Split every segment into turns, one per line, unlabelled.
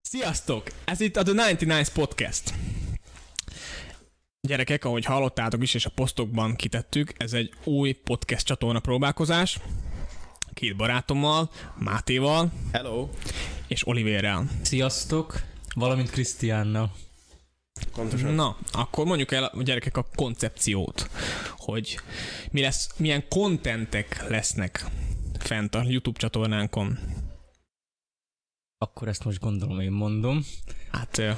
Sziasztok! Ez itt a The 99 Podcast. Gyerekek, ahogy hallottátok is, és a posztokban kitettük, ez egy új podcast csatorna próbálkozás. Két barátommal, Mátéval
Hello!
és Olivérrel.
Sziasztok, valamint Krisztiánnal.
Pontosan.
Na, akkor mondjuk el a gyerekek a koncepciót, hogy mi lesz, milyen kontentek lesznek fent a YouTube csatornánkon.
Akkor ezt most gondolom én mondom.
Hát ö,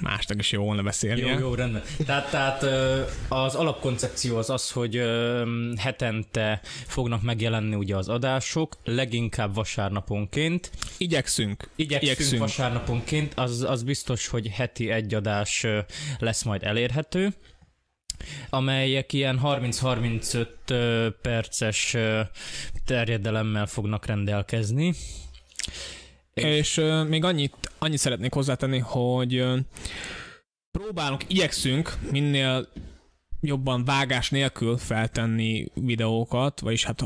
másnak is jó volna beszélni.
Jó, jó, rendben. Tehát, tehát ö, az alapkoncepció az az, hogy ö, hetente fognak megjelenni ugye az adások, leginkább vasárnaponként.
Igyekszünk.
Igyekszünk,
Igyekszünk.
Igyekszünk. vasárnaponként, az, az biztos, hogy heti egy adás ö, lesz majd elérhető, amelyek ilyen 30-35 ö, perces ö, terjedelemmel fognak rendelkezni.
És, és ö, még annyit, annyit szeretnék hozzátenni, hogy ö, próbálunk, igyekszünk minél jobban vágás nélkül feltenni videókat, vagyis hát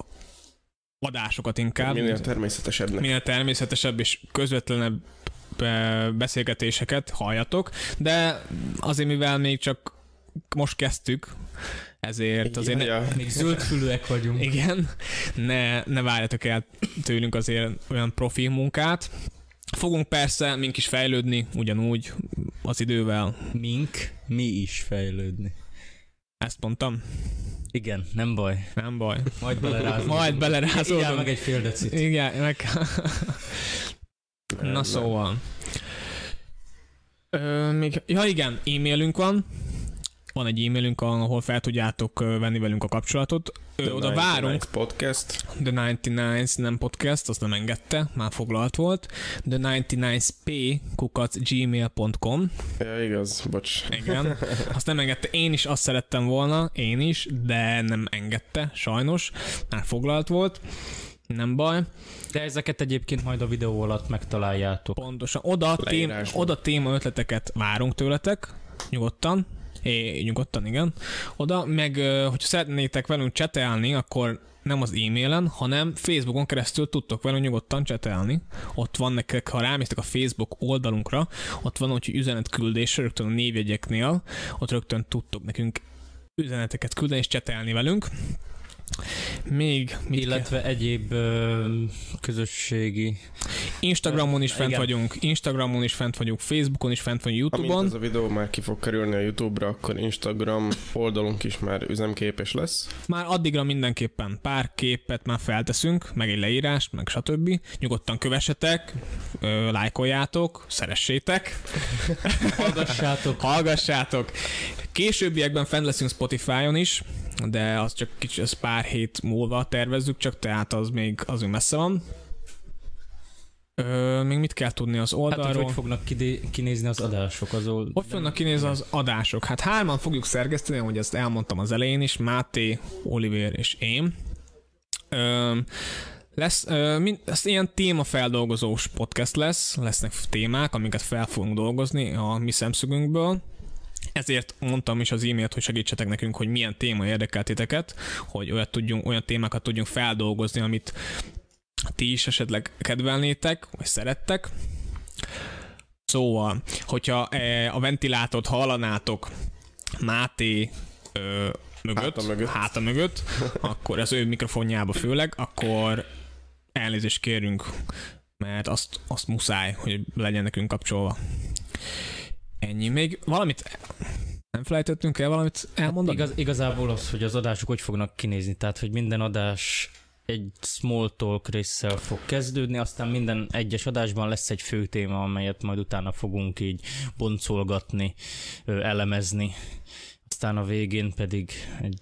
adásokat inkább.
Minél természetesebbnek.
minél természetesebb és közvetlenebb ö, beszélgetéseket halljatok, de azért mivel még csak most kezdtük, ezért azért ne,
Ja,
Még zöldfülőek vagyunk.
igen, ne, ne várjatok el tőlünk azért olyan profi munkát. Fogunk persze mink is fejlődni, ugyanúgy az idővel.
Mink, mi is fejlődni.
Ezt mondtam,
Igen, nem baj.
nem baj.
Majd belerázunk.
Majd
Igyál
belerázódom.
meg egy fél decit.
Igen, meg...
Rendben.
Na szóval. Ö, még, ja igen, e-mailünk van. Van egy e-mailünk, ahol fel tudjátok ö, venni velünk a kapcsolatot. Ö, oda
99
várunk,
Podcast.
The 99 nem podcast, azt nem engedte, már foglalt volt. The 99p kukac gmail.com
Ja, igaz, bocs.
igen, azt nem engedte. Én is azt szerettem volna, én is, de nem engedte, sajnos. Már foglalt volt. Nem baj.
De ezeket egyébként majd a videó alatt megtaláljátok.
Pontosan. Oda, tém,
Leírásban.
oda téma ötleteket várunk tőletek, nyugodtan. É, nyugodtan, igen. Oda, meg ö, hogyha szeretnétek velünk csetelni, akkor nem az e-mailen, hanem Facebookon keresztül tudtok velünk nyugodtan csetelni. Ott van nektek, ha rámésztek a Facebook oldalunkra, ott van úgy, hogy üzenetküldés rögtön a névjegyeknél, ott rögtön tudtok nekünk üzeneteket küldeni és csetelni velünk. Még mit kell?
Illetve egyéb ö, közösségi.
Instagramon is fent
Igen.
vagyunk, Instagramon is fent vagyunk, Facebookon is fent vagyunk,
Amint
Youtube-on.
ez a videó már ki fog kerülni a Youtube-ra, akkor Instagram oldalunk is már üzemképes lesz.
Már addigra mindenképpen pár képet már felteszünk, meg egy leírást, meg stb. Nyugodtan kövessetek, ö, lájkoljátok, szeressétek,
Hallgassátok.
hallgassátok. Későbbiekben fent leszünk Spotify-on is, de az csak kicsi, az pár hét múlva tervezzük, csak tehát az még az még messze van. Ö, még mit kell tudni az
Hát, hogy
oldalról?
hogy fognak kidé- kinézni az adások azon.
Hogy fognak kinézni az adások? Hát hárman fogjuk szerkeszteni, ahogy ezt elmondtam az elején is, Máté, Oliver és én. Öm, lesz, ö, mind, ez ilyen témafeldolgozós podcast lesz, lesznek témák, amiket fel fogunk dolgozni a mi szemszögünkből. Ezért mondtam is az e-mailt, hogy segítsetek nekünk, hogy milyen téma érdekel titeket, hogy olyat tudjunk, olyan témákat tudjunk feldolgozni, amit ti is esetleg kedvelnétek, vagy szerettek. Szóval, hogyha eh, a ventilátort hallanátok Máté ö, mögött,
Háta mögött.
háta mögött, akkor az ő mikrofonjába főleg, akkor elnézést kérünk, mert azt, azt muszáj, hogy legyen nekünk kapcsolva. Ennyi. Még valamit nem felejtettünk el valamit elmondani?
Hát Igaz, igazából az, hogy az adások hogy fognak kinézni, tehát hogy minden adás egy small talk résszel fog kezdődni, aztán minden egyes adásban lesz egy fő téma, amelyet majd utána fogunk így boncolgatni, ö, elemezni. Aztán a végén pedig egy,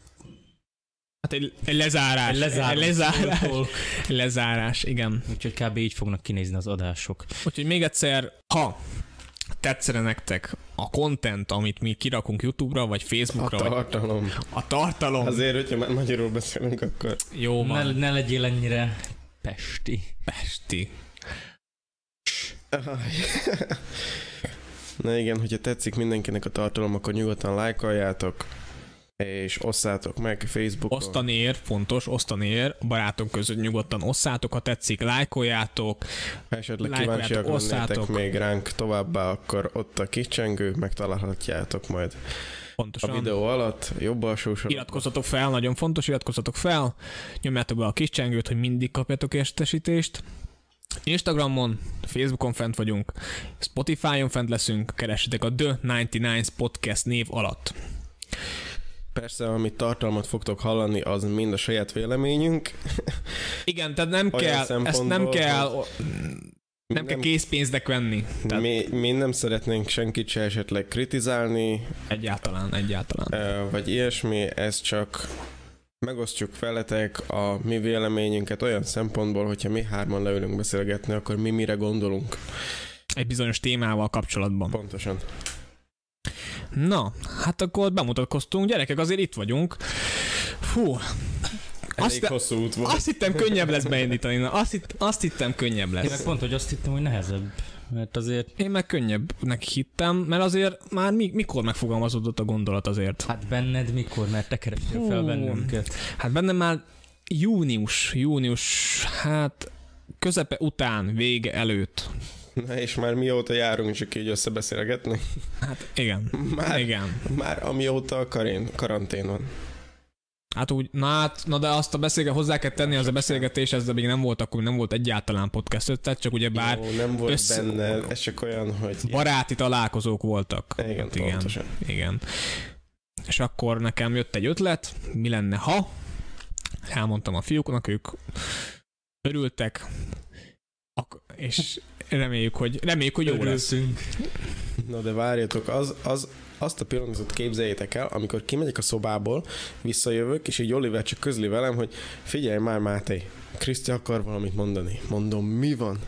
Hát egy, egy lezárás.
egy lezáró
Egy lezárás.
small talk,
lezárás, igen.
úgyhogy kb. így fognak kinézni az adások.
Úgyhogy még egyszer, ha tetszene nektek a content, amit mi kirakunk YouTube-ra, vagy
A
Facebookra, vagy
tartalom.
a tartalom, Azért
Azért, hogyha már magyarul beszélünk, akkor
jó
Ne,
van,
ne legyél ennyire pesti.
Pesti.
Na igen, hogyha tetszik mindenkinek a tartalom, akkor nyugodtan lájkoljátok, és osszátok meg Facebookon.
Osztani ér, fontos, osztani ér, a barátok között nyugodtan osszátok, ha tetszik, lájkoljátok,
Ha esetleg
Lájkoljátok,
kíváncsiak lennétek
osszátok.
még ránk továbbá, akkor ott a kicsengő, megtalálhatjátok majd a
pontosan.
videó alatt, jobb alsó sorokban.
Iratkozzatok fel, nagyon fontos, iratkozzatok fel, nyomjátok be a kis csengőt, hogy mindig kapjatok értesítést. Instagramon, Facebookon fent vagyunk, Spotify-on fent leszünk, keressetek a The 99 Podcast név alatt.
Persze, amit tartalmat fogtok hallani, az mind a saját véleményünk.
Igen, tehát nem
Olyan
kell, ezt nem
szempontból,
kell,
hogy
nem kell készpénznek venni. Tehát
mi, mi nem szeretnénk senkit se esetleg kritizálni,
egyáltalán, egyáltalán.
ö, vagy ilyesmi, ez csak megosztjuk veletek a mi véleményünket olyan szempontból, hogyha mi hárman leülünk beszélgetni, akkor mi mire gondolunk.
Egy bizonyos témával kapcsolatban.
Pontosan.
Na, hát akkor bemutatkoztunk, gyerekek, azért itt vagyunk. Fú,
Elég
Azt-
hosszú út volt.
azt hittem könnyebb lesz beindítani, na, azt, hitt, azt hittem könnyebb
Én meg
lesz.
pont, hogy azt hittem, hogy nehezebb. Mert azért,
Én meg könnyebbnek hittem, mert azért már mi, mikor megfogalmazódott a gondolat azért.
hát benned mikor, mert te kerestél fel
Hú.
bennünket.
Hát bennem már június, június, hát közepe után, vége előtt.
Na és már mióta járunk csak így összebeszélgetni?
Hát igen,
Már,
igen.
már amióta a karén, karantén van.
Hát úgy, na hát, na de azt a beszélget hozzá kell tenni, az a beszélgetés, ez még nem volt, akkor nem volt egyáltalán podcast ötlet, csak ugye bár
Jó, nem volt
össze-
össze... benne, ez csak olyan, hogy...
baráti találkozók voltak.
Igen,
Hát
igen,
igen.
pontosan.
Igen. És akkor nekem jött egy ötlet, mi lenne ha? Elmondtam a fiúknak, ők örültek, Ak- és reméljük, hogy, reméljük, hogy jó lesz.
Örültünk.
Na de várjatok, az, az, azt a pillanatot képzeljétek el, amikor kimegyek a szobából, visszajövök, és így Oliver csak közli velem, hogy figyelj már Máté, Kriszti akar valamit mondani. Mondom, mi van?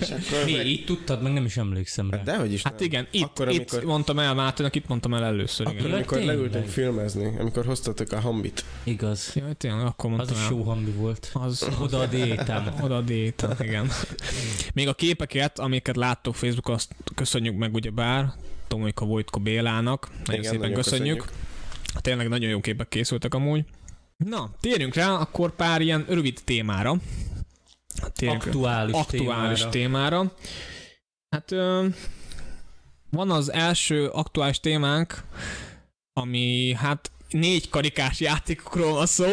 És akkor
Mi,
meg-
így tudtad, meg nem is emlékszem rá.
Dehogy is
Hát
nem.
igen, itt,
Akkor,
akkor, itt
amikor-
amikor... mondtam el Máténak, itt mondtam el először.
Akkor,
Igen.
Ja,
amikor
tényleg.
leültünk filmezni, amikor hoztatok a hambit.
Igaz.
Jaj, tényleg, akkor
Az
mondtam
is
el.
jó hangú volt.
Az,
Oda a diétám.
Oda a diéta, igen. Még a képeket, amiket láttok Facebookon, azt köszönjük meg ugye bár Tomika Vojtko Bélának. Nagyon igen, szépen nagyon köszönjük. Tényleg nagyon jó képek készültek amúgy. Na, térjünk rá akkor pár ilyen rövid témára. Térjünk
Aktuális,
aktuális
témára.
témára. témára. Hát ö, van az első aktuális témánk, ami hát négy karikás játékokról van szó.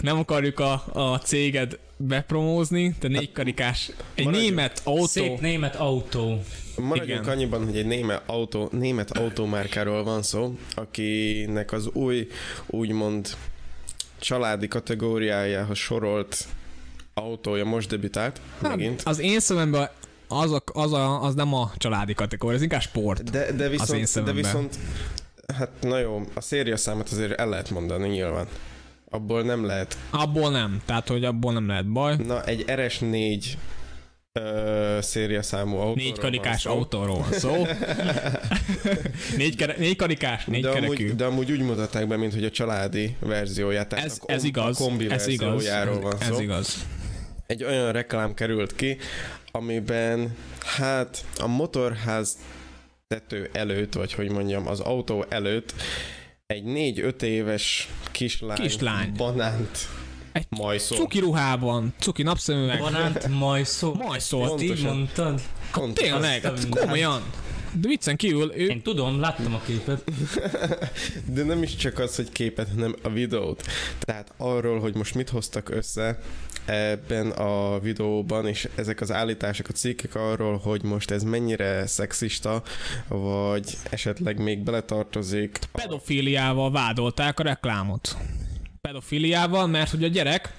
Nem akarjuk a, a céged bepromózni, de négy karikás. Egy
Hát, maradjunk.
német autó.
Szép német autó.
Maradjunk
Igen.
Igen. annyiban, hogy egy német, autó, német automárkáról van szó, akinek az új, úgymond családi kategóriájához sorolt autója most debütált, hát. megint.
Az én szememben az, a, az, a, az nem a családi kategória, ez inkább sport.
De, de,
én
viszont, de
szememben.
viszont, hát na jó, a széria számot azért el lehet mondani nyilván. Abból nem lehet.
Abból nem, tehát hogy abból nem lehet baj.
Na, egy RS4 ö, széria számú autó.
Négy karikás autóról van szó. négy, kere, négy karikás, négy
de,
kerekű.
amúgy, de amúgy úgy mutatták be, mint hogy a családi verzióját. Tehát
Ez,
a kom-
ez igaz,
A kombi
ez igaz, ez,
verziójáról van szó.
ez igaz.
Egy olyan reklám került ki, amiben hát a motorház tető előtt, vagy hogy mondjam, az autó előtt egy 4-5 éves kislány,
Kislány.
banánt
Egy
majszol.
Cuki ruhában, cuki napszemüveg,
Banánt majszó.
majszol.
Ezt így
Pontosan.
mondtad?
Pont.
Tényleg,
Azt a
hát
mindent.
komolyan. De viccen kívül ő...
Én tudom, láttam a képet.
De nem is csak az, hogy képet, hanem a videót. Tehát arról, hogy most mit hoztak össze ebben a videóban, és ezek az állítások, a cikkek arról, hogy most ez mennyire szexista, vagy esetleg még beletartozik.
pedofiliával vádolták a reklámot. Pedofiliával, mert hogy a gyerek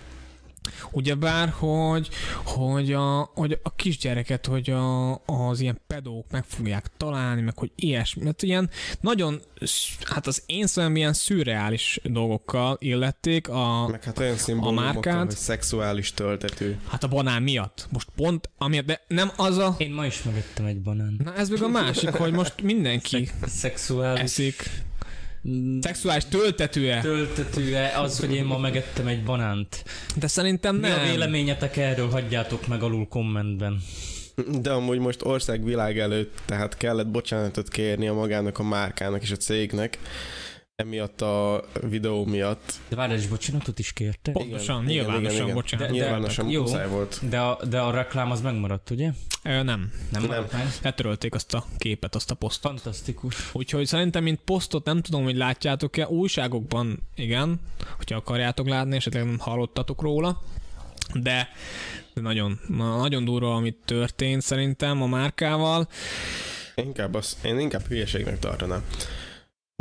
ugyebár, hogy, hogy, a, hogy a kisgyereket, hogy a, az ilyen pedók meg fogják találni, meg hogy ilyesmi, mert ilyen nagyon, sz- hát az én szemem ilyen szürreális dolgokkal illették a,
Meg hát olyan szimbólumokkal,
márkát.
hogy szexuális töltetű.
hát a banán miatt. Most pont, amiért, de nem az a...
Én ma is megettem egy banán.
Na ez még a másik, hogy most mindenki
Szexuális.
eszik.
Mm,
Szexuális töltetője.
Töltetője az, hogy én ma megettem egy banánt.
De szerintem
Mi a
nem.
véleményetek erről? Hagyjátok meg alul kommentben.
De amúgy most ország világ előtt, tehát kellett bocsánatot kérni a magának, a márkának és a cégnek, emiatt a videó miatt.
De várj, és bocsánatot is kérte?
Pontosan, nyilvánosan, bocsánat.
De,
De- de-
nyilvánosan
jó.
muszáj volt.
De a, de a reklám az megmaradt, ugye?
Ö, nem.
Nem maradt meg?
Letörölték azt a képet, azt a posztot.
Fantasztikus.
Úgyhogy szerintem, mint posztot nem tudom, hogy látjátok-e, újságokban igen, hogyha akarjátok látni, esetleg nem hallottatok róla, de, de nagyon, na- nagyon durva, amit történt szerintem a márkával.
Inkább az, én inkább hülyeségnek tartanám.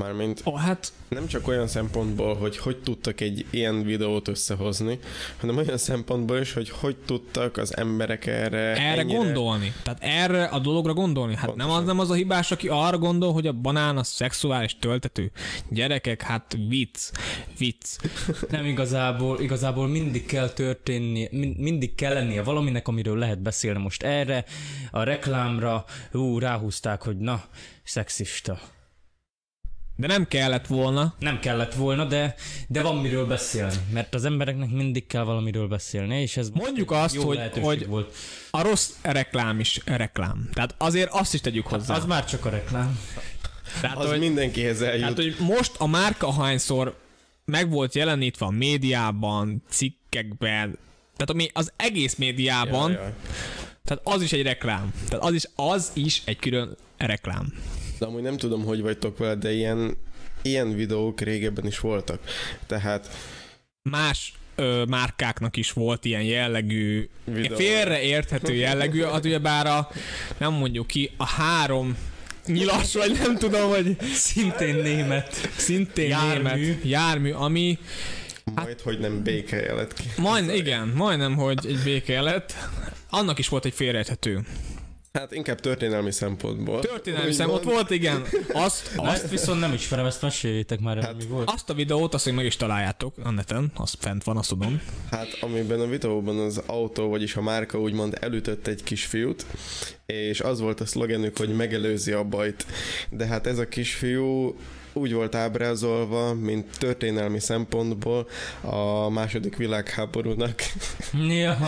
Mármint
Ó, hát
nem csak olyan szempontból, hogy hogy tudtak egy ilyen videót összehozni, hanem olyan szempontból is, hogy hogy tudtak az emberek erre
erre
ennyire...
gondolni. Tehát erre a dologra gondolni. Hát nem az,
Pontosan.
nem az a hibás, aki arra gondol, hogy a banán az szexuális töltető. Gyerekek, hát vicc, vicc.
Nem igazából, igazából mindig kell történni, min- mindig kell lennie valaminek, amiről lehet beszélni most erre, a reklámra, ú, ráhúzták, hogy na, szexista.
De nem kellett volna,
Nem kellett volna, de, de van miről beszélni, mert az embereknek mindig kell valamiről beszélni, és ez most
Mondjuk
egy
azt,
jó
hogy-
lehetőség
hogy-
volt.
a rossz reklám is reklám. Tehát azért azt is tegyük hozzá.
Az már csak a reklám.
Tehát,
Az mindenkihez eljut.
Tehát, Hát, hogy most a márka hányszor meg volt jelenítve a médiában, cikkekben, tehát ami az egész médiában,
Jaj,
ja,
jaj.
tehát az is egy reklám. Tehát az is, az is egy külön reklám.
De amúgy nem tudom, hogy vagytok vele, de ilyen, ilyen videók régebben is voltak. Tehát
Hát- Más ö, márkáknak is volt ilyen jellegű,
Videó.
félreérthető jellegű, az ugyebár a, nem mondjuk ki, a három nyilas, vagy nem tudom, hogy
Szintén német.
szintén
Jármű.
német jármű, ami
majd, hogy nem béke lett ki.
majd, igen, majdnem, hogy egy béke lett. Annak is volt egy félreérthető
Hát inkább történelmi szempontból.
Történelmi
Úgymond.
szem ott volt, igen. Azt,
Na,
azt,
ezt viszont nem ismerem, ezt meséljétek már, hát, mi volt.
azt a videót, azt, hogy meg is találjátok a neten, az fent van, azt tudom.
Hát amiben a videóban az autó, vagyis a márka úgymond elütött egy kisfiút, és az volt a szlogenük, hogy megelőzi a bajt. De hát ez a kisfiú úgy volt ábrázolva, mint történelmi szempontból a második világháborúnak.
Ja,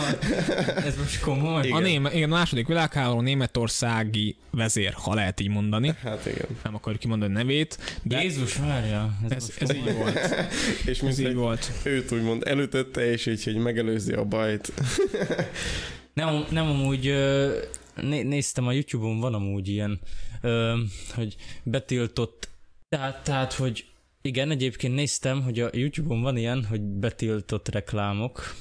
ez most komoly.
A
Igen.
néme, igen, a második világháború németországi vezér, ha lehet így mondani.
Hát igen.
Nem akarjuk kimondani a nevét, de ez,
Jézus várja, ez,
ez,
most
ez
komoly.
így volt.
És
Ez
mint
így
egy,
volt.
őt úgymond elütötte, és így, hogy megelőzi a bajt.
Nem, nem amúgy ö, né, néztem a YouTube-on, van amúgy ilyen, ö, hogy betiltott, tehát, tehát, hogy igen, egyébként néztem, hogy a YouTube-on van ilyen, hogy betiltott reklámok.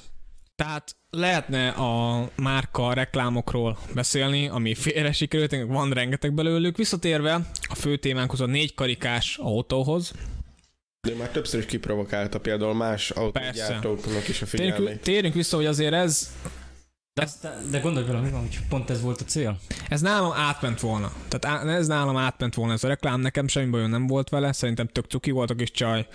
Tehát lehetne a márka reklámokról beszélni, ami félre sikerült, ennek van rengeteg belőlük. Visszatérve a fő témánkhoz, a négy karikás autóhoz,
De már többször is kiprovokálta például más autógyártóknak is a
térjünk,
figyelmét.
térjünk vissza, hogy azért ez
De, aztán, de gondolj bele, mi van, hogy pont ez volt a cél?
Ez nálam átment volna. Tehát á, ez nálam átment volna ez a reklám, nekem semmi bajom nem volt vele, szerintem tök cuki volt a kis csaj.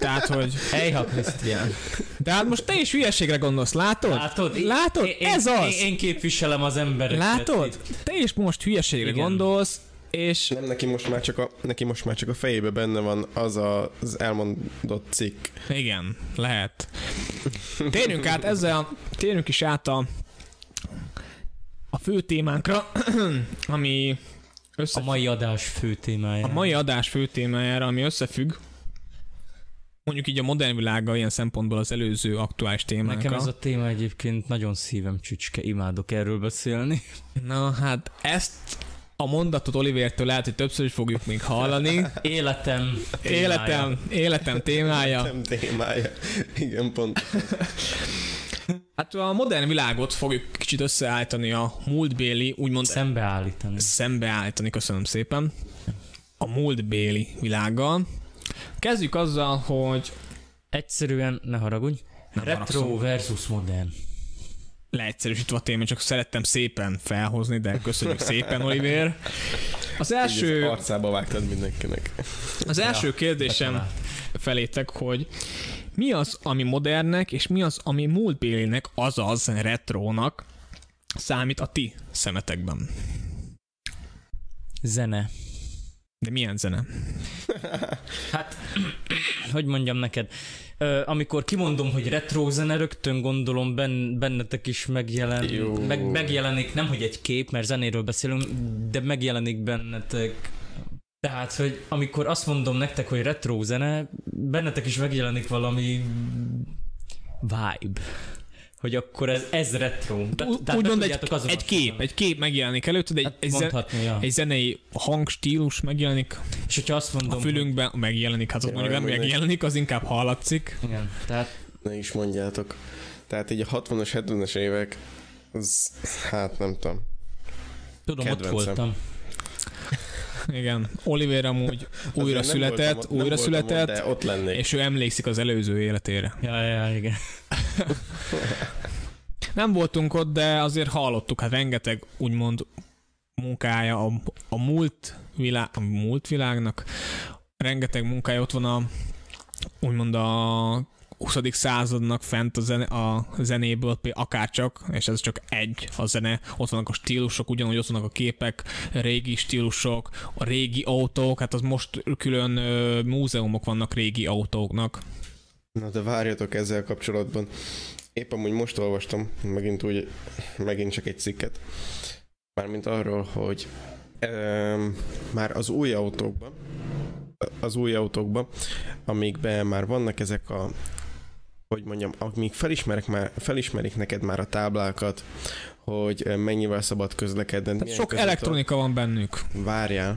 Tehát, hogy...
Hejha, Krisztián.
De hát most te is hülyeségre gondolsz, látod?
Látod? Én-
Látod?
Én,
ez az!
Én, én képviselem az embereket.
látod? Te is most hülyeségre
Igen.
gondolsz, és...
Nem, neki most, már csak a, neki most már csak a fejébe benne van az a, az elmondott cikk.
Igen, lehet. Térjünk át ezzel, térjünk is át a, a fő témánkra, ami
A
össze,
mai adás fő témája.
a mai adás fő témájára, ami összefügg mondjuk így a modern világgal ilyen szempontból az előző aktuális témánkkal.
Nekem ez a téma egyébként nagyon szívem csücske, imádok erről beszélni.
Na hát ezt a mondatot Olivertől lehet, hogy többször is fogjuk még hallani.
Életem. témája.
Életem, életem témája.
Nem témája. Igen, pont.
Hát a modern világot fogjuk kicsit összeállítani a múltbéli, úgymond
Szembeállítani.
szembeállítani, köszönöm szépen, a múltbéli világgal. Kezdjük azzal, hogy
Egyszerűen, ne haragudj,
Nem
retro
haragszom.
versus modern.
leegyszerűsítve a témát, csak szerettem szépen felhozni, de köszönjük szépen, Oliver. Az első,
Így az arcába vágtad mindenkinek.
Az első kérdésem felétek, hogy mi az, ami modernnek, és mi az, ami múltbélinek, azaz retrónak számít a ti szemetekben.
Zene.
De milyen zene?
Hát, hogy mondjam neked, ö, amikor kimondom, hogy retro zene, rögtön gondolom ben, bennetek is megjelen,
Jó.
meg, megjelenik, nem hogy egy kép, mert zenéről beszélünk, de megjelenik bennetek Tehát, hogy amikor azt mondom nektek, hogy retro zene, bennetek is megjelenik valami vibe. Hogy akkor ez, ez retro. Te-
Ú-
tehát
Úgy
be
mondd, egy,
tudjátok azonosulni.
egy kép, egy kép megjelenik előtted, egy,
Hát
egy, zen,
mondhatni, ja.
egy zenei hangstílus megjelenik
És hogyha azt
a
mondom,
fülünkben, megjelenik, hát ott
Ja,
mondjuk nem
mindegy.
megjelenik, az inkább hallatszik.
Hogy, igen, tehát
Ne is mondjátok. Tehát így a 60-as, 70-es évek, az, hát nem tudom.
tudom,
Kedvencem.
ott voltam.
Igen, Oliver amúgy
Azért
újra
nem
született,
voltam ott- nem
újra
voltam ott,
született,
de ott lennék.
és ő emlékszik az előző életére.
Ja, ja, igen.
Nem voltunk ott, de azért hallottuk, hát rengeteg úgymond munkája a, a múlt, világ, a múlt világnak, rengeteg munkája ott van a úgymond a 20. századnak fent a, zene, a zenéből, pé- akárcsak, és ez csak egy a zene, ott vannak a stílusok, ugyanúgy ott vannak a képek, régi stílusok, a régi autók, hát az most külön ö, múzeumok vannak régi autóknak.
Na de várjatok ezzel kapcsolatban. Épp amúgy most olvastam, megint úgy, megint csak egy cikket. Mármint arról, hogy um, már az új autókban, az új autókban, amikben már vannak ezek a hogy mondjam, amíg felismerik, már, felismerik neked már a táblákat, hogy ö, mennyivel szabad közlekedni.
Tehát
milyen
sok
közúton.
elektronika van bennük.
várjál,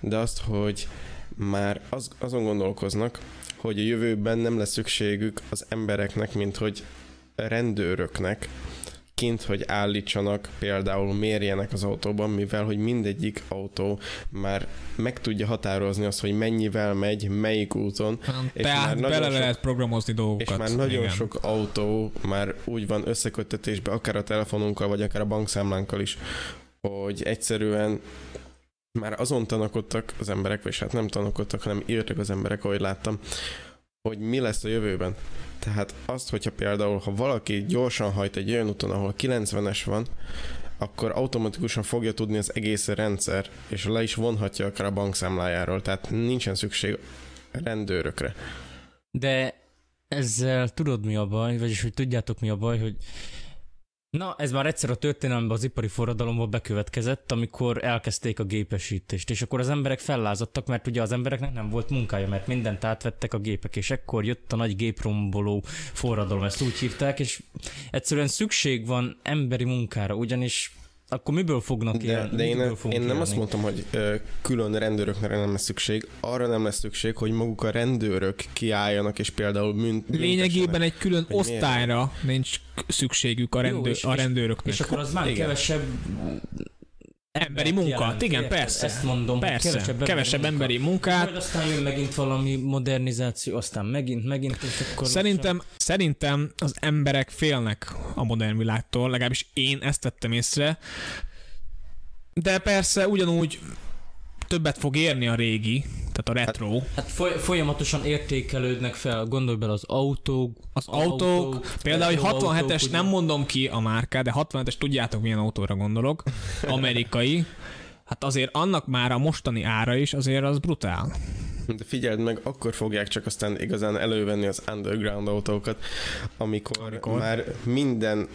de azt, hogy már az, azon gondolkoznak, hogy a jövőben nem lesz szükségük az embereknek, mint hogy rendőröknek kint, hogy állítsanak, például mérjenek az autóban, mivel hogy mindegyik autó már meg tudja határozni azt, hogy mennyivel megy, melyik úton, És már
Tehát
nagyon
bele
sok-
lehet programozni dolgokat.
és már nagyon
igen.
sok autó már úgy van összeköttetésbe, akár a telefonunkkal, vagy akár a bankszámlánkkal is, hogy egyszerűen már azon tanakodtak az emberek, és hát nem tanakodtak, hanem írtak az emberek, ahogy láttam, hogy mi lesz a jövőben. Tehát azt, hogyha például, ha valaki gyorsan hajt egy olyan úton, ahol 90-es van, akkor automatikusan fogja tudni az egész rendszer, és le is vonhatja akár a bankszámlájáról, tehát nincsen szükség rendőrökre.
De ezzel tudod mi a baj, vagyis hogy tudjátok mi a baj, hogy Na, ez már egyszer a történelemben az ipari forradalomban bekövetkezett, amikor elkezdték a gépesítést, és akkor az emberek fellázadtak, mert ugye az embereknek nem volt munkája, mert mindent átvettek a gépek, és ekkor jött a nagy gépromboló forradalom, ezt úgy hívták, és egyszerűen szükség van emberi munkára, ugyanis akkor miből fognak
De,
élni?
de én,
miből
nem,
fogunk
én nem
élni?
azt mondtam, hogy ö, külön rendőrökre nem lesz szükség, arra nem lesz szükség, hogy maguk a rendőrök kiálljanak, és például bűnt,
Lényegében egy külön
Hogy miért?
osztályra nincs k- szükségük a, rendő,
Jó, és-
a
és-
rendőröknek.
És akkor az már
Igen.
igen. kevesebb
emberi munka,
jelent,
igen,
érted?
persze.
Ezt mondom, hogy
persze, kevesebb, kevesebb emberi munkát.
Majd aztán jön megint valami modernizáció, aztán megint, megint, és akkor...
Szerintem, szerintem az emberek félnek a modern világtól, legalábbis én ezt tettem észre. De persze ugyanúgy többet fog érni a régi, tehát a retro.
Hát foly- folyamatosan értékelődnek fel, gondolj bele az autók,
Az autók, például
retro
egy 67-es,
autók,
nem
ugye.
mondom ki a márkát, de 67-es tudjátok milyen autóra gondolok, amerikai. Hát azért annak már a mostani ára is azért az brutál.
De figyeld meg, akkor fogják csak aztán igazán elővenni az underground autókat, amikor,
Amikor?
amikor? már minden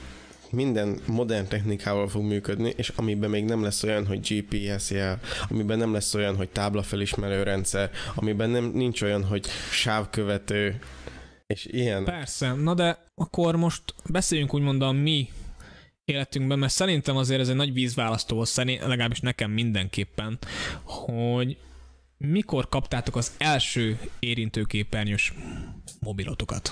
minden modern technikával fog működni, és amiben még nem lesz olyan, hogy GPS jel, amiben nem lesz olyan, hogy táblafelismerő rendszer, amiben nem, nincs olyan, hogy sávkövető, és ilyen.
Persze, na de akkor most beszéljünk úgymond a mi életünkben, mert szerintem azért ez egy nagy vízválasztó volt, szerint, legalábbis nekem mindenképpen, hogy mikor kaptátok az első érintőképernyős mobilotokat?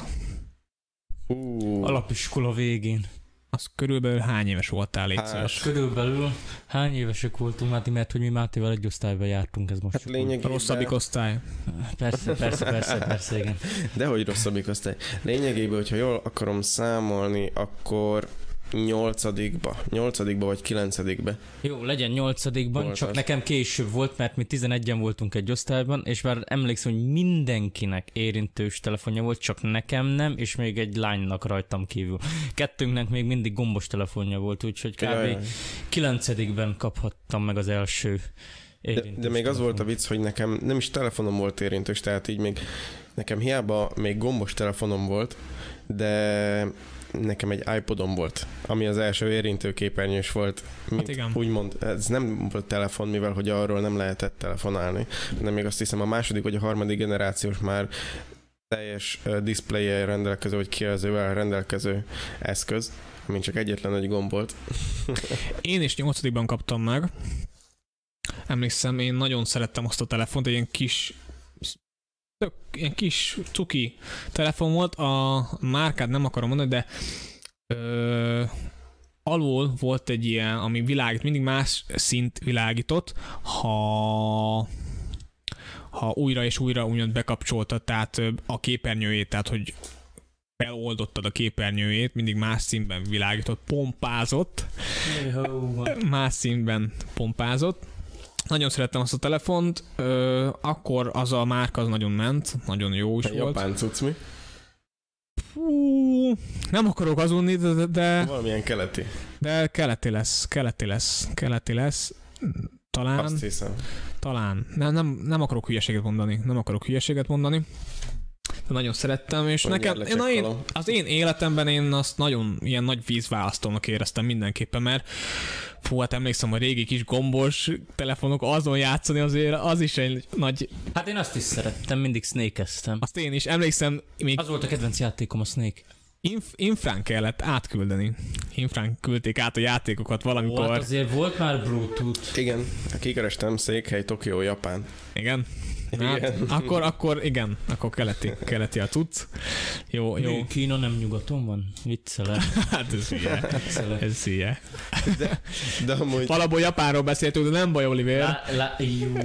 Hú.
Alapiskola végén.
Az körülbelül hány éves voltál, légy
Hát,
szíves?
Körülbelül hány évesek voltunk, Máté, mert hogy mi Mátéval egy osztályba jártunk, ez most
Hát
csak úgy.
A
lényegében...
rosszabbik osztály. Hát
Persze, persze, persze, persze, igen.
Dehogy rosszabbik osztály. Lényegében, hogyha jól akarom számolni, akkor nyolcadikba, nyolcadikba vagy kilencedikbe.
Jó, legyen nyolcadikban,
Volt
csak
az.
nekem később volt, mert mi 11-en voltunk egy osztályban, és már emlékszem, hogy mindenkinek érintős telefonja volt, csak nekem nem, és még egy lánynak rajtam kívül. Kettőnknek még mindig gombos telefonja volt, úgyhogy kb.
Jaj, jaj.
9 kaphattam meg az első
De, de még az volt a vicc, hogy nekem nem is telefonom volt érintős, tehát így még nekem hiába még gombos telefonom volt, de nekem egy iPodom volt, ami az első érintőképernyős volt. Mint,
Hát igen.
Úgymond, ez nem volt telefon, mivel hogy arról nem lehetett telefonálni, de még azt hiszem a második vagy a harmadik generációs már teljes ö, display rendelkező, vagy kijelzővel rendelkező eszköz, mint csak egyetlen egy gomb volt.
Én is nyolcadikban kaptam meg. Emlékszem, én nagyon szerettem azt a telefont, egy ilyen kis tök, ilyen kis cuki telefon volt, a márkát nem akarom mondani, de ö, alul volt egy ilyen, ami világít, mindig más szint világított, ha ha újra és újra úgymond bekapcsolta, tehát ö, a képernyőjét, tehát hogy eloldottad a képernyőjét, mindig más színben világított, pompázott, más színben pompázott. Nagyon szerettem azt a telefont, ö, akkor az a márka az nagyon ment, nagyon jó is
Egy
volt.
japán cucmi,
Fú, nem akarok azonni, de, de- de,
valamilyen keleti,
de keleti lesz, keleti lesz, keleti lesz. Talán,
azt hiszem.
talán. Nem, nem, nem akarok hülyeséget mondani, nem akarok hülyeséget mondani. De nagyon szerettem, és
Hogy
nekem, én, na, én,
nyerlecsekkalom.
az én életemben én azt nagyon ilyen nagy vízválasztónak éreztem mindenképpen, mert fú, hát emlékszem, a régi kis gombos telefonok azon játszani azért, az is egy nagy,
Hát én azt is szerettem, mindig snake-eztem.
azt én is emlékszem, még
Az volt a kedvenc játékom, a Snake.
inf, infrán kellett átküldeni. Infrán küldték át a játékokat valamikor.
Volt Hát azért, volt már Bluetooth.
Igen, kikerestem székhely Tokió, Japán.
Igen. Na, Hát,
Igen.
akkor, akkor igen, akkor keleti, keleti a tudsz. Jó, jó.
Jó. Kína nem nyugaton van? Viccelek,
Hát ez hülye.
viccelek.
Ez hülye.
De amúgy,
Valahol Japánról beszéltünk, de nem baj, Oliver.
Lá, lá, jó.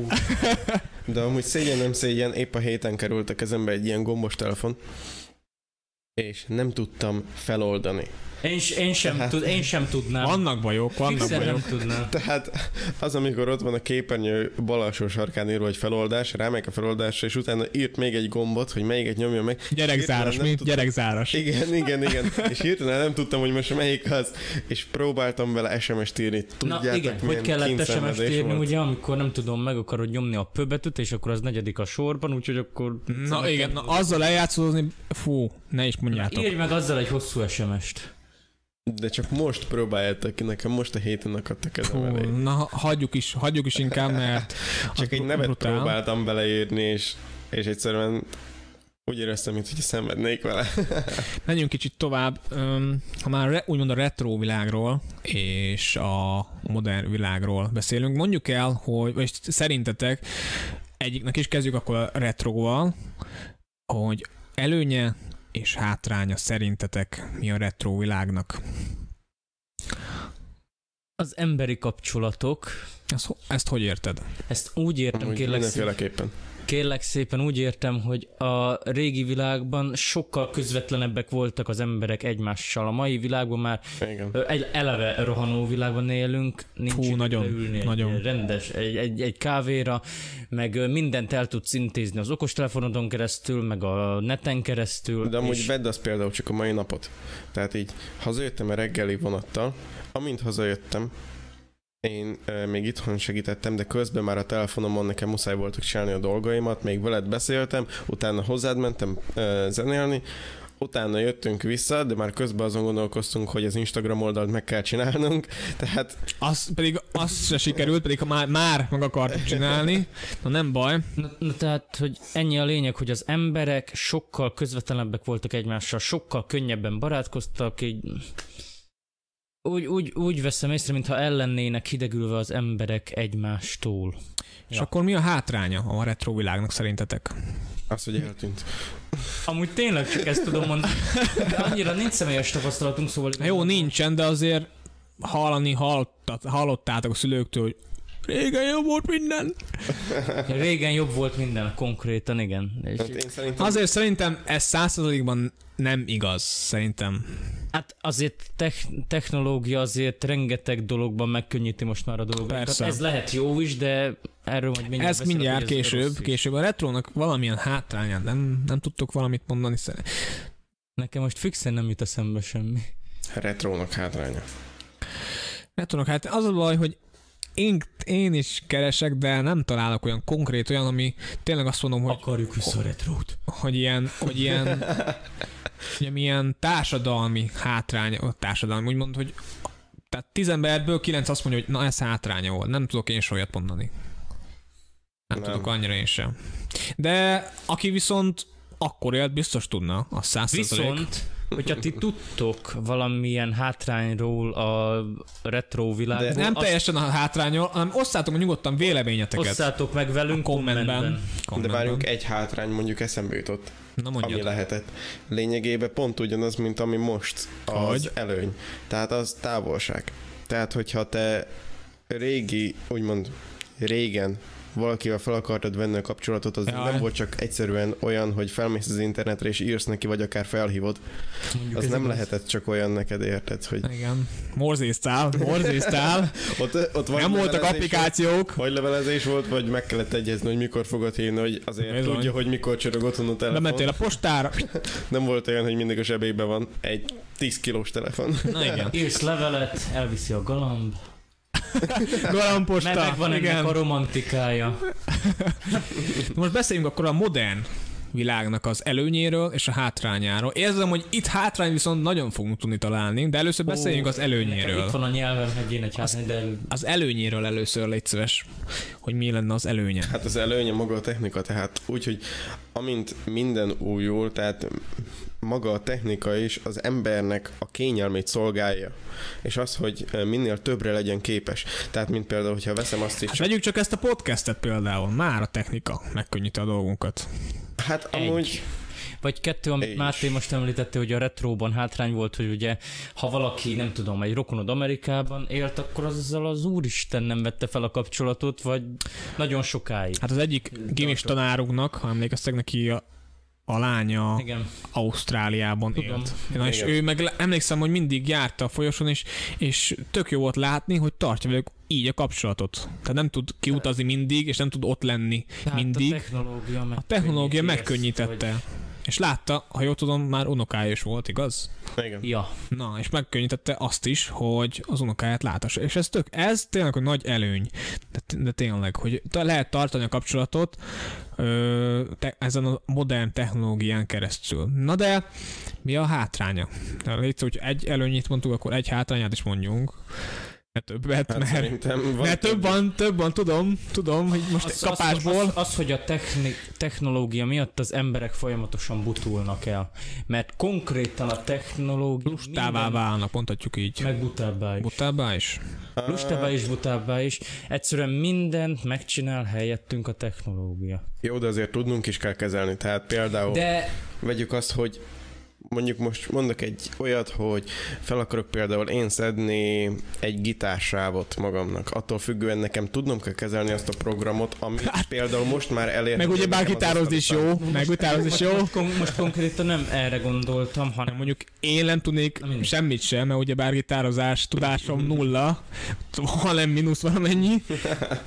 de amúgy szégyen nem szégyen, épp a héten került a kezembe egy ilyen gombos telefon, és nem tudtam feloldani.
Én, s- én, sem,
Tehát-
tud, én sem tudnám.
Vannak bajok, vannak
Fixen
bajok.
nem tudnám.
Tehát az, amikor ott van a képernyő bal alsó sarkán írva, hogy feloldás, rámegyek a feloldásra, és utána írt még egy gombot, hogy melyiket nyomja meg.
Gyerekzáros,
Hirtelen nem
mint
tudtam-
gyerekzáros.
Igen, igen, igen. És hirtelen nem tudtam, hogy most melyik az, és próbáltam vele SMS-t írni. Tudjátok,
Na igen, hogy
milyen
kellett SMS-t
kínszenvedés
írni,
volt?
ugye, amikor nem tudom, meg akarod nyomni a pöbetűt, és akkor az negyedik a sorban, úgyhogy akkor... Szóval
Na igen, na azzal eljátszódni, fú, ne is mondjátok.
Írj meg azzal egy hosszú SMS-t.
De csak most próbáljátok ki, nekem most a héten akadt a kezem
Fú,
elé.
na hagyjuk is, hagyjuk is inkább, mert
Csak
az
egy nevet
brutál.
próbáltam beleírni, és, és egyszerűen úgy éreztem, mintha szenvednék vele.
Menjünk kicsit tovább, öm, ha már re, úgymond a retro világról és a modern világról beszélünk, mondjuk el, hogy, vagy szerintetek egyiknek is kezdjük akkor a retroval, hogy előnye és hátránya szerintetek mi a retro világnak.
Az emberi kapcsolatok,
Ezt, ho- ezt hogy érted?
ezt úgy értem,
Amúgy
kérlek, szépen,
mindenféleképpen.
kérlek szépen, úgy értem, hogy a régi világban sokkal közvetlenebbek voltak az emberek egymással. A mai világban már
Igen.
Ö, Egy eleve rohanó világban élünk, nincs
Fú,
idő
nagyon,
leülni
nagyon.
Egy rendes, egy, egy, egy kávéra, meg ö, mindent el tudsz intézni az okostelefonodon keresztül, meg a neten keresztül.
De amúgy
és
vedd azt például csak a mai napot. Tehát így hazajöttem a reggeli vonattal, amint hazajöttem, én e, még itthon segítettem, de közben már a telefonomon nekem muszáj voltak csinálni a dolgaimat, még veled beszéltem, utána hozzád mentem e, zenélni, utána jöttünk vissza, de már közben azon gondolkoztunk, hogy az Instagram oldalt meg kell csinálnunk, tehát
Az pedig azt se sikerült, pedig ha már, már meg akartuk csinálni, na nem baj,
Na, na, tehát, hogy ennyi a lényeg, hogy az emberek sokkal közvetlenebbek voltak egymással, sokkal könnyebben barátkoztak, így úgy, úgy, úgy veszem észre, mintha ellennének hidegülve az emberek egymástól.
és
Ja.
akkor mi a hátránya a retro világnak szerintetek?
az, hogy eltűnt.
Amúgy tényleg csak ezt tudom mondani. De annyira nincs személyes tapasztalatunk, szóval...
Na Jó, nincsen, de azért hallani hallottat, hallottátok a szülőktől, hogy régen jobb volt minden.
Régen jobb volt minden, konkrétan, igen. És,
Hát én szerintem
Azért szerintem ez százszerzalékban nem igaz, szerintem.
hát azért tech- technológia azért rengeteg dologban megkönnyíti most már a dolgokat.
Persze.
Ez lehet jó is, de erről majd mindjárt
Ez
beszélek,
mindjárt
hogy ez rossz
később,
is.
később. A retrónak valamilyen hátrányán nem, nem tudtok valamit mondani. szer-
Nekem most fixen nem jut eszembe semmi.
retrónak hátránya.
Retrónak hát az a baj, hogy én én is keresek, de nem találok olyan konkrét olyan, ami tényleg azt mondom, hogy,
Akarjuk vissza a retrót.
hogy ilyen, hogy ilyen, hogy ilyen társadalmi hátrány, ö, társadalmi, úgymond, hogy tehát tíz emberből kilenc azt mondja, hogy na ez hátránya volt. Nem tudok én se olyat mondani. Nem,
Nem.
nem tudok annyira én sem. De aki viszont akkor élt, biztos tudna, a száz százalék.
Viszont, hogyha ti tudtok valamilyen hátrányról a retro világból,
De
Nem
azt
teljesen a hátrányol, hanem osszátok meg nyugodtan véleményeteket.
osszátok meg velünk kommentben.
kommentben.
De
kommentben.
várjunk, egy hátrány mondjuk eszembe jutott,
Na
ami
mondjad.
lehetett. Lényegében pont ugyanaz, mint ami most az
Hogy?
előny. Tehát az távolság. Tehát, hogyha te régi, úgymond régen valakivel fel akartad venni a kapcsolatot, az
Jaj.
nem volt csak egyszerűen olyan, hogy felmész az internetre és írsz neki, vagy akár felhívod.
Mondjuk
Az
ez
nem
igaz.
lehetett csak olyan neked, érted, hogy
Igen. Morzésztál, morzésztál.
ott, ott vagy
Nem voltak
levelezés
applikációk.
Vagy levelezés volt, vagy meg kellett egyezni, hogy mikor fogod hívni, hogy azért
Bizony.
tudja, hogy mikor csörög otthon a telefon.
Bementél a postára.
Nem volt olyan, hogy mindig a zsebében van egy 10 kilós telefon.
Na igen.
Írsz levelet, elviszi a galamb, mert
Galamposta.
megvan ennek a
Igen.
romantikája.
Most beszéljünk akkor a modern világnak az előnyéről és a hátrányáról. Érzem, hogy itt hátrány viszont nagyon fogunk tudni találni, de először beszéljünk az
Nekem
előnyéről.
Itt van a nyelvem, hogy én egy hátrány, de
Az előnyéről először légy szíves, hogy mi lenne az előnye.
Hát az előnye maga a technika, tehát úgyhogy amint minden újul, tehát maga a technika is az embernek a kényelmét szolgálja, és az, hogy eh, minél többre legyen képes. Tehát, mint például, hogyha veszem azt is,
Hát
csak,
vegyük csak ezt a podcastet például, már a technika megkönnyíti a dolgunkat.
hát
egy.
amúgy
Vagy kettő, amit
És.
Máté most említette, hogy a retróban hátrány volt, hogy ugye, ha valaki, nem tudom, egy rokonod Amerikában élt, akkor azzal az úristen nem vette fel a kapcsolatot, vagy nagyon sokáig.
Hát az egyik gimis tanárunknak, ha emlékeztek neki, a, a lánya
Igen.
Ausztráliában
Tudom.
élt. Na és
Igen.
ő meg le- emlékszem, hogy mindig járta a folyosón, és, és tök jó volt látni, hogy tartja velük így a kapcsolatot. Tehát nem tud kiutazni mindig, és nem tud ott lenni
Tehát
mindig.
Hát A technológia,
A technológia
megkönnyíti ezt,
megkönnyítette. És látta, ha jól tudom, már unokája is volt, igaz?
igen.
Hogy... Ja,
Na, és megkönnyítette azt is, hogy az unokáját látassa. És ez tök, ez tényleg egy nagy előny. De, t- de tényleg, hogy t- lehet tartani a kapcsolatot ö, te, ezen a modern technológián keresztül. Na de, mi a hátránya? Na, Légy szó, hogy egy előnyét mondtuk, akkor egy hátrányát is mondjunk. Ne többet,
Hát
mert,
szerintem van
mert több van, több van, tudom, tudom, hogy most
az,
kapásból.
Az, az, az, hogy a techni- technológia miatt az emberek folyamatosan butulnak el. Mert konkrétan a technológia
Lustává válnak, mondhatjuk így.
megbutábbá is.
Butábbá is?
Ah,
Lustábbá is, butábbá is. Egyszerűen mindent megcsinál helyettünk a technológia.
Jó, de azért tudnunk is kell kezelni. Tehát például
De
vegyük azt, hogy mondjuk most mondok egy olyat, hogy fel akarok például én szedni egy gitársávot magamnak. Attól függően nekem tudnom kell kezelni azt a programot, ami például most már elérhető.
Hát, Meg ugye bár
nekem az
gitározni is
asztali
jó, meg gitározni is jó.
most, kon- most konkrétan nem erre gondoltam, hanem
hanem mondjuk én nem tudnék
Na mindegy.
semmit sem, mert ugye bár gitározás tudásom nulla, hanem mínusz valamennyi,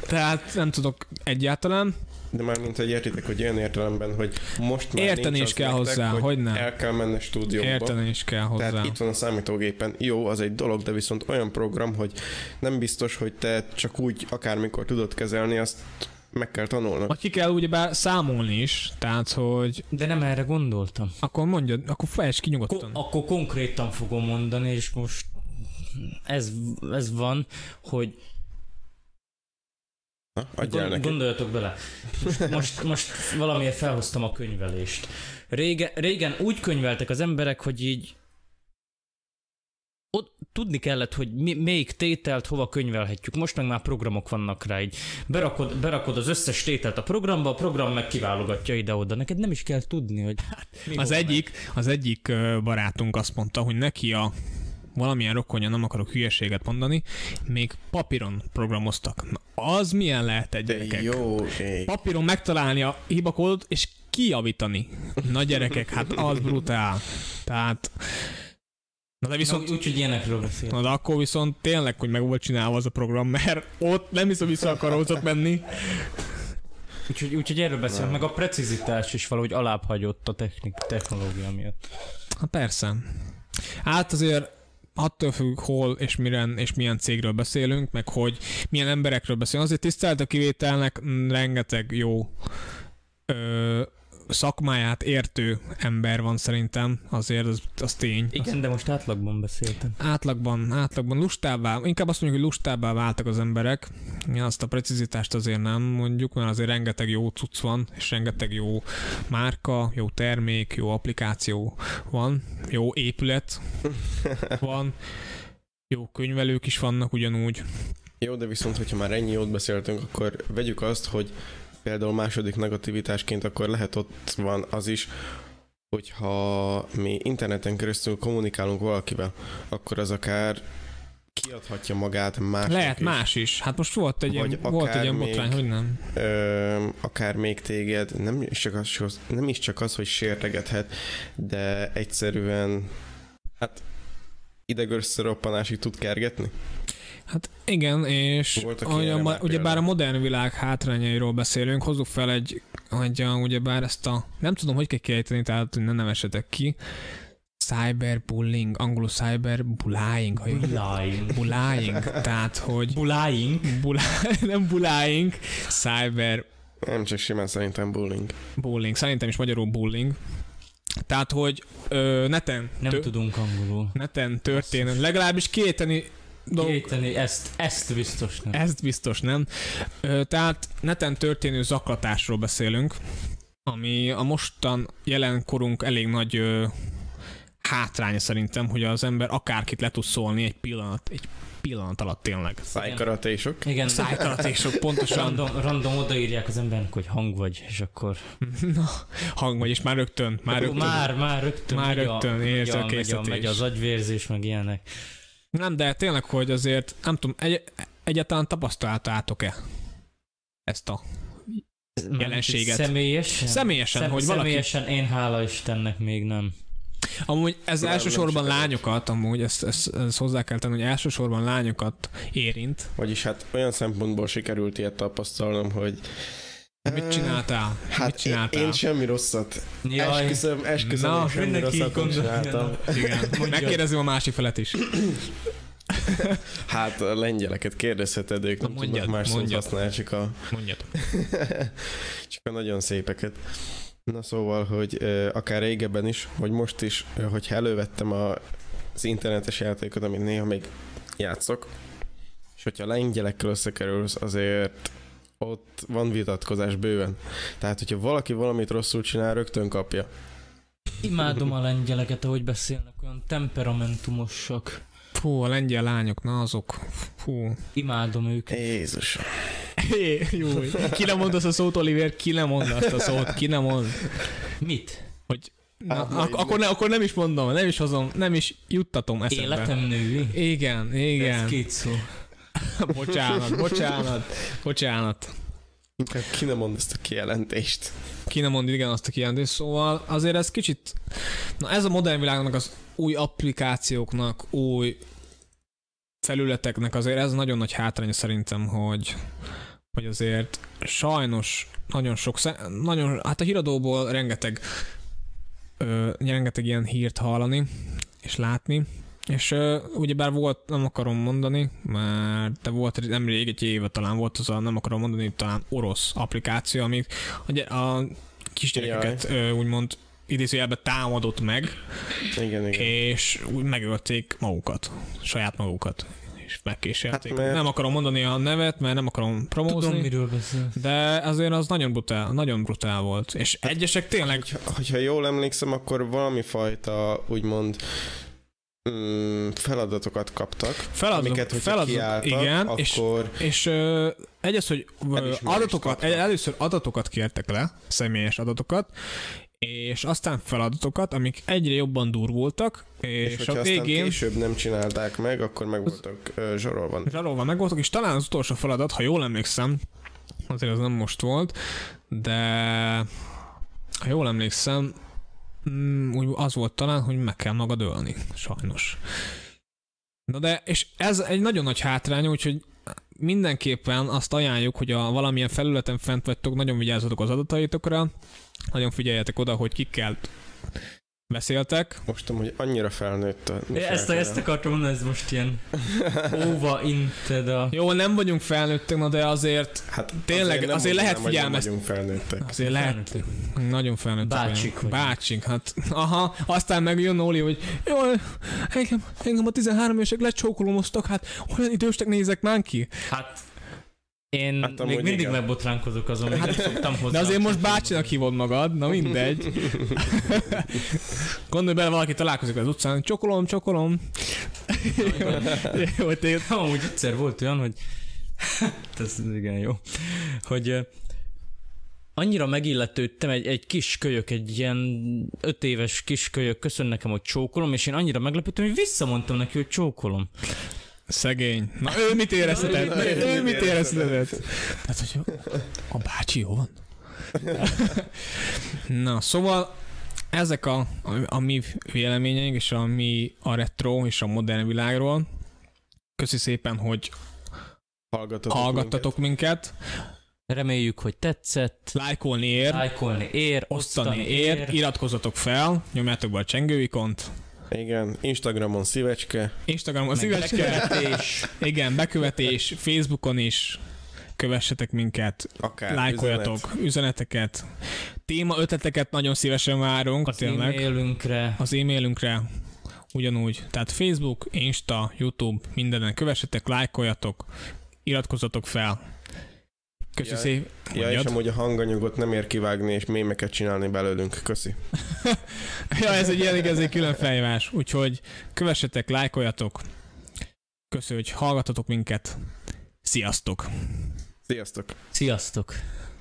tehát nem tudok egyáltalán.
számon. De már mint hogy értitek, hogy olyan értelemben, hogy most már
Érteni
nincs
is
az
kell
nektek,
hozzá,
hogy
hogyne.
El kell menni a stúdióba.
Érteni is kell hozzá.
Tehát itt van a számítógépen, jó, az egy dolog, de viszont olyan program, hogy nem biztos, hogy te csak úgy akármikor tudod kezelni, azt meg kell tanulnod.
Vagy ki kell ugyebár számolni is, tehát hogy
de nem erre gondoltam.
akkor mondjad, akkor fejtsd ki
Ko-
nyugodtan.
akkor konkrétan fogom mondani, és most ez, ez van, hogy
Na, adjál
Gond-
neki.
Gondoljatok bele. Most, most, most valamiért felhoztam a könyvelést. Régen, régen úgy könyveltek az emberek, hogy így ott tudni kellett, hogy mi, melyik tételt hova könyvelhetjük. Most meg már programok vannak rá, így berakod, berakod az összes tételt a programba, a program meg kiválogatja ide-oda. Neked nem is kell tudni, hogy Hát, mi
Az
hova
egyik, az egyik ö, barátunk azt mondta, hogy neki a valamilyen rokonja, nem akarok hülyeséget mondani, még papíron programoztak. Na, az milyen lehet egy
De
gyerekek?
jó ég.
papíron megtalálni a hibakódot, és kijavítani. Na gyerekek, hát az brutál. Tehát... Na de
megy.
viszont...
Na, úgy, hogy ilyenekről beszél.
Na de akkor viszont tényleg, hogy meg volt csinálva az a program, mert ott nem hiszem vissza akarózott menni.
Úgyhogy, úgyhogy erről beszél, meg a precizitás is valahogy alább hagyott a technik, technológia miatt.
Hát persze. Hát azért attól függ, hol és miren, és milyen cégről beszélünk, meg hogy milyen emberekről beszélünk. Azért tisztelt a kivételnek mm, rengeteg jó ö, szakmáját értő ember van szerintem, azért az, az tény.
Igen, de most átlagban beszéltem.
Átlagban, átlagban lustává, inkább azt mondjuk, hogy lustává váltak az emberek. Ja, azt a precizitást azért nem mondjuk, mert azért rengeteg jó cucc van, és rengeteg jó márka, jó termék, jó applikáció van, jó épület van, jó könyvelők is vannak ugyanúgy.
Jó, de viszont, hogyha már ennyi jót beszéltünk, akkor vegyük azt, hogy például második negativitásként akkor lehet ott van az is, hogyha mi interneten keresztül kommunikálunk valakivel, akkor az akár kiadhatja magát másnak
Lehet
is.
más is. Hát most volt egy, ilyen,
Vagy
volt egy
akár
ilyen
még-
botrány, hogy nem?
Ö, akár még téged, nem is, csak az, hogy- nem is csak az, hogy sértegethet, de egyszerűen hát idegösszeroppanásig tud kergetni.
Hát igen, és
Voltak ilyenre
olyan,
már
ugyebár a
példák.
modern világ hátrányairól beszélünk, hozzuk fel egy, egy olyan, ugyebár ezt a, nem tudom, hogy kell kiejteni, tehát hogy ne nevesetek ki, cyberbullying, angolul cyberbullying, ha jól-
Buláing.
bullying, tehát hogy
Buláing?
bula, nem bullying, cyber
Nem csak simán szerintem bullying.
bullying, szerintem is magyarul bullying, tehát hogy ö, neten,
Nem tudunk angolul.
neten történő, legalábbis kiejteni dolgok,
Kiejteni ezt, ezt biztos nem.
Ezt biztos nem. Ö, Tehát neten történő zaklatásról beszélünk, ami a mostan jelen korunk elég nagy ö, hátránya szerintem, hogy az ember akárkit le tud szólni egy pillanat, egy pillanat alatt tényleg.
Szájkaratésok.
Igen,
Szájtalatésok pontosan
random, random odaírják az embernek, hogy hang vagy, és akkor
Na, hang vagy, és már rögtön, már
már,
rögtön.
már, már rögtön,
Már
megy
rögtön
a,
érzi a
megy, a, megy, a,
készítés.
megy az agyvérzés, meg ilyenek.
Nem, de tényleg, hogy azért, nem tudom, egy, egyáltalán tapasztaltátok-e ezt a
Mármint
Jelenséget.
Személyesen?
Személyesen,
Szem-
hogy valaki-
Személyesen én hála Istennek még nem.
Amúgy ez
Nem, nem
elsősorban
sikerült.
lányokat, amúgy ezt, ezt, ezt hozzá kell tenni, hogy elsősorban lányokat érint.
Vagyis hát olyan szempontból sikerült ilyet tapasztalnom, hogy
Mit csináltál?
Hát
Mit csináltál?
Én, én semmi rosszat. Jaj.
Jaj,
Esküszöm, esküszöm,
Na,
Na, semmi
mindenki
rosszat nem
gondolja.
csináltam.
Igen.
Mondja.
Megkérdezem a másik felet is.
Hát a lengyeleket kérdezheted, ők
Na,
nem
mondjad,
tudnak más szót
mondjad.
használni, csak a,
Mondjad.
csak a nagyon szépeket. Na szóval, hogy ö, akár régebben is, vagy most is, ö, hogyha elővettem a, az internetes játékot, amit néha még játszok, és hogyha lengyelekkel összekerülsz, azért ott van vitatkozás bőven. Tehát, hogyha valaki valamit rosszul csinál, rögtön kapja.
imádom a lengyeleket, ahogy beszélnek, olyan temperamentumosak.
Fú, a lengyel lányok, na azok. Fú.
Imádom őket.
Jézus.
Hé, jó. Ki nem mond azt a szót, Oliver? Ki nem mond azt a szót? Ki nem mond? Hát,
Mit?
Na,
Ah,
ak- akkor, ne, akkor nem is mondom, nem is hozom, nem is juttatom eszembe.
Életem női?
Igen,
Ez
igen.
két szó.
Bocsánat, bocsánat, bocsánat.
Inkább ki nem mond ezt a kijelentést.
ki nem mond igen azt a kijelentést, szóval azért ez kicsit, na ez a modern világnak az új applikációknak, új felületeknek azért ez nagyon nagy hátránya szerintem, hogy, hogy azért sajnos nagyon sok, sze- nagyon, hát a híradóból rengeteg, ö, rengeteg ilyen hírt hallani és látni, és ö, ugyebár volt, nem akarom mondani, mert de volt nemrég egy éve talán volt az a, nem akarom mondani, talán orosz applikáció, ami a, gy- a kisgyerekeket ö, úgymond idézőjelben támadott meg,
Igen, igen.
és úgy megölték magukat, saját magukat, és megkéselték.
Hát,
Hát,
mert-
Nem akarom mondani a nevet, mert nem akarom promózni,
Tudom, miről beszél.
de azért az nagyon brutál, nagyon brutál volt, és
Hát,
egyesek tényleg
Hogyha jól emlékszem, akkor valami fajta, úgymond, mm, feladatokat kaptak,
feladatok,
amiket, hogyha
feladatok,
kiálltak,
igen,
akkor...
és És ö, egy az, hogy ö,
Elismerést
adatokat,
kaptak.
egy, először adatokat kértek le, személyes adatokat, és aztán feladatokat, amik egyre jobban durvultak, és,
és,
és
hogyha
a
aztán
végén
később nem csinálták meg, akkor meg voltak ö, zsarolva.
zsarolva megvoltak, és talán az utolsó feladat, ha jól emlékszem, azért az nem most volt, de ha jól emlékszem, mm, úgy az volt talán, hogy meg kell magad ölni, sajnos. Na de, és ez egy nagyon nagy hátrány, úgyhogy mindenképpen azt ajánljuk, hogy a valamilyen felületen fent vagytok, nagyon vigyázzatok az adataitokra, nagyon figyeljetek oda, hogy kikkel beszéltek.
Most tudom, hogy annyira felnőtt a...
Én Ezt, ezt akartam mondani, ez most ilyen óva inted a...
Jó, nem vagyunk felnőttek, na de azért
Hát
Tényleg,
nem
azért lehet
mondanám, hogy
figyelmezt-
Nem vagyunk felnőttek.
Azért lehet,
Felnőttek.
nagyon felnőttek.
Bácsik
vagyunk.
vagyunk.
Bácsik, hát aha, aztán meg jön Oli, hogy jaj, engem, engem a 13 évesek lecsókolomoztak, hát olyan idősnek nézek már ki.
Hát én
Hát
hát,
amúgy
még mindig
igen.
igen. megbotránkozok azon, hogy
Hát-
hát, nem szoktam hozzá.
De azért most
csapatba.
bácsinak hívod magad, na mindegy. Gondolj bele, valaki találkozik az utcán, csokolom, csokolom. Jó, hogy téged-
Amúgy egyszer volt olyan, hogy ez igen jó, hogy ö, annyira megilletődtem, egy, egy kis kölyök, egy ilyen öt éves kis kölyök köszön nekem, hogy csókolom, és én annyira meglepődtem, hogy visszamondtam neki, hogy csókolom.
Szegény. Na ő mit éreztetett?
Na, ő-
ő,
ő mit
mit éreztetett? Tehát, hogy a bácsi jó van? Na, szóval ezek a, a, a mi véleményeink, és a mi a retro és a modern világról. Köszi szépen, hogy
Hallgatatok
hallgattatok minket.
Reméljük, hogy tetszett,
Lájkolni ér,
lájkolni ér,
osztani ér, iratkozzatok fel, nyomjátok be a csengőikont.
minket. Igen, Instagramon szívecske.
Instagramon
meg
szívecske.
bekövetés.
Igen, bekövetés, Facebookon is. Kövessetek minket,
Akár
Lájkoljatok üzeneteket, téma ötleteket nagyon szívesen várunk,
az
tényleg.
e-mailünkre.
Az e-mailünkre ugyanúgy. Tehát Facebook, Insta, Youtube, mindenen kövessetek, lájkoljatok, iratkozzatok fel. Köszi
Jaj.
szépen.
Ja, és
Mondjad.
amúgy a hanganyagot nem ér kivágni, és mémeket csinálni belőlünk. Köszi.
ja, ez egy ilyen igazi külön felhívás. Úgyhogy kövessetek, lájkoljatok. Köszi, hogy hallgatatok minket. Sziasztok!
Sziasztok!
Sziasztok!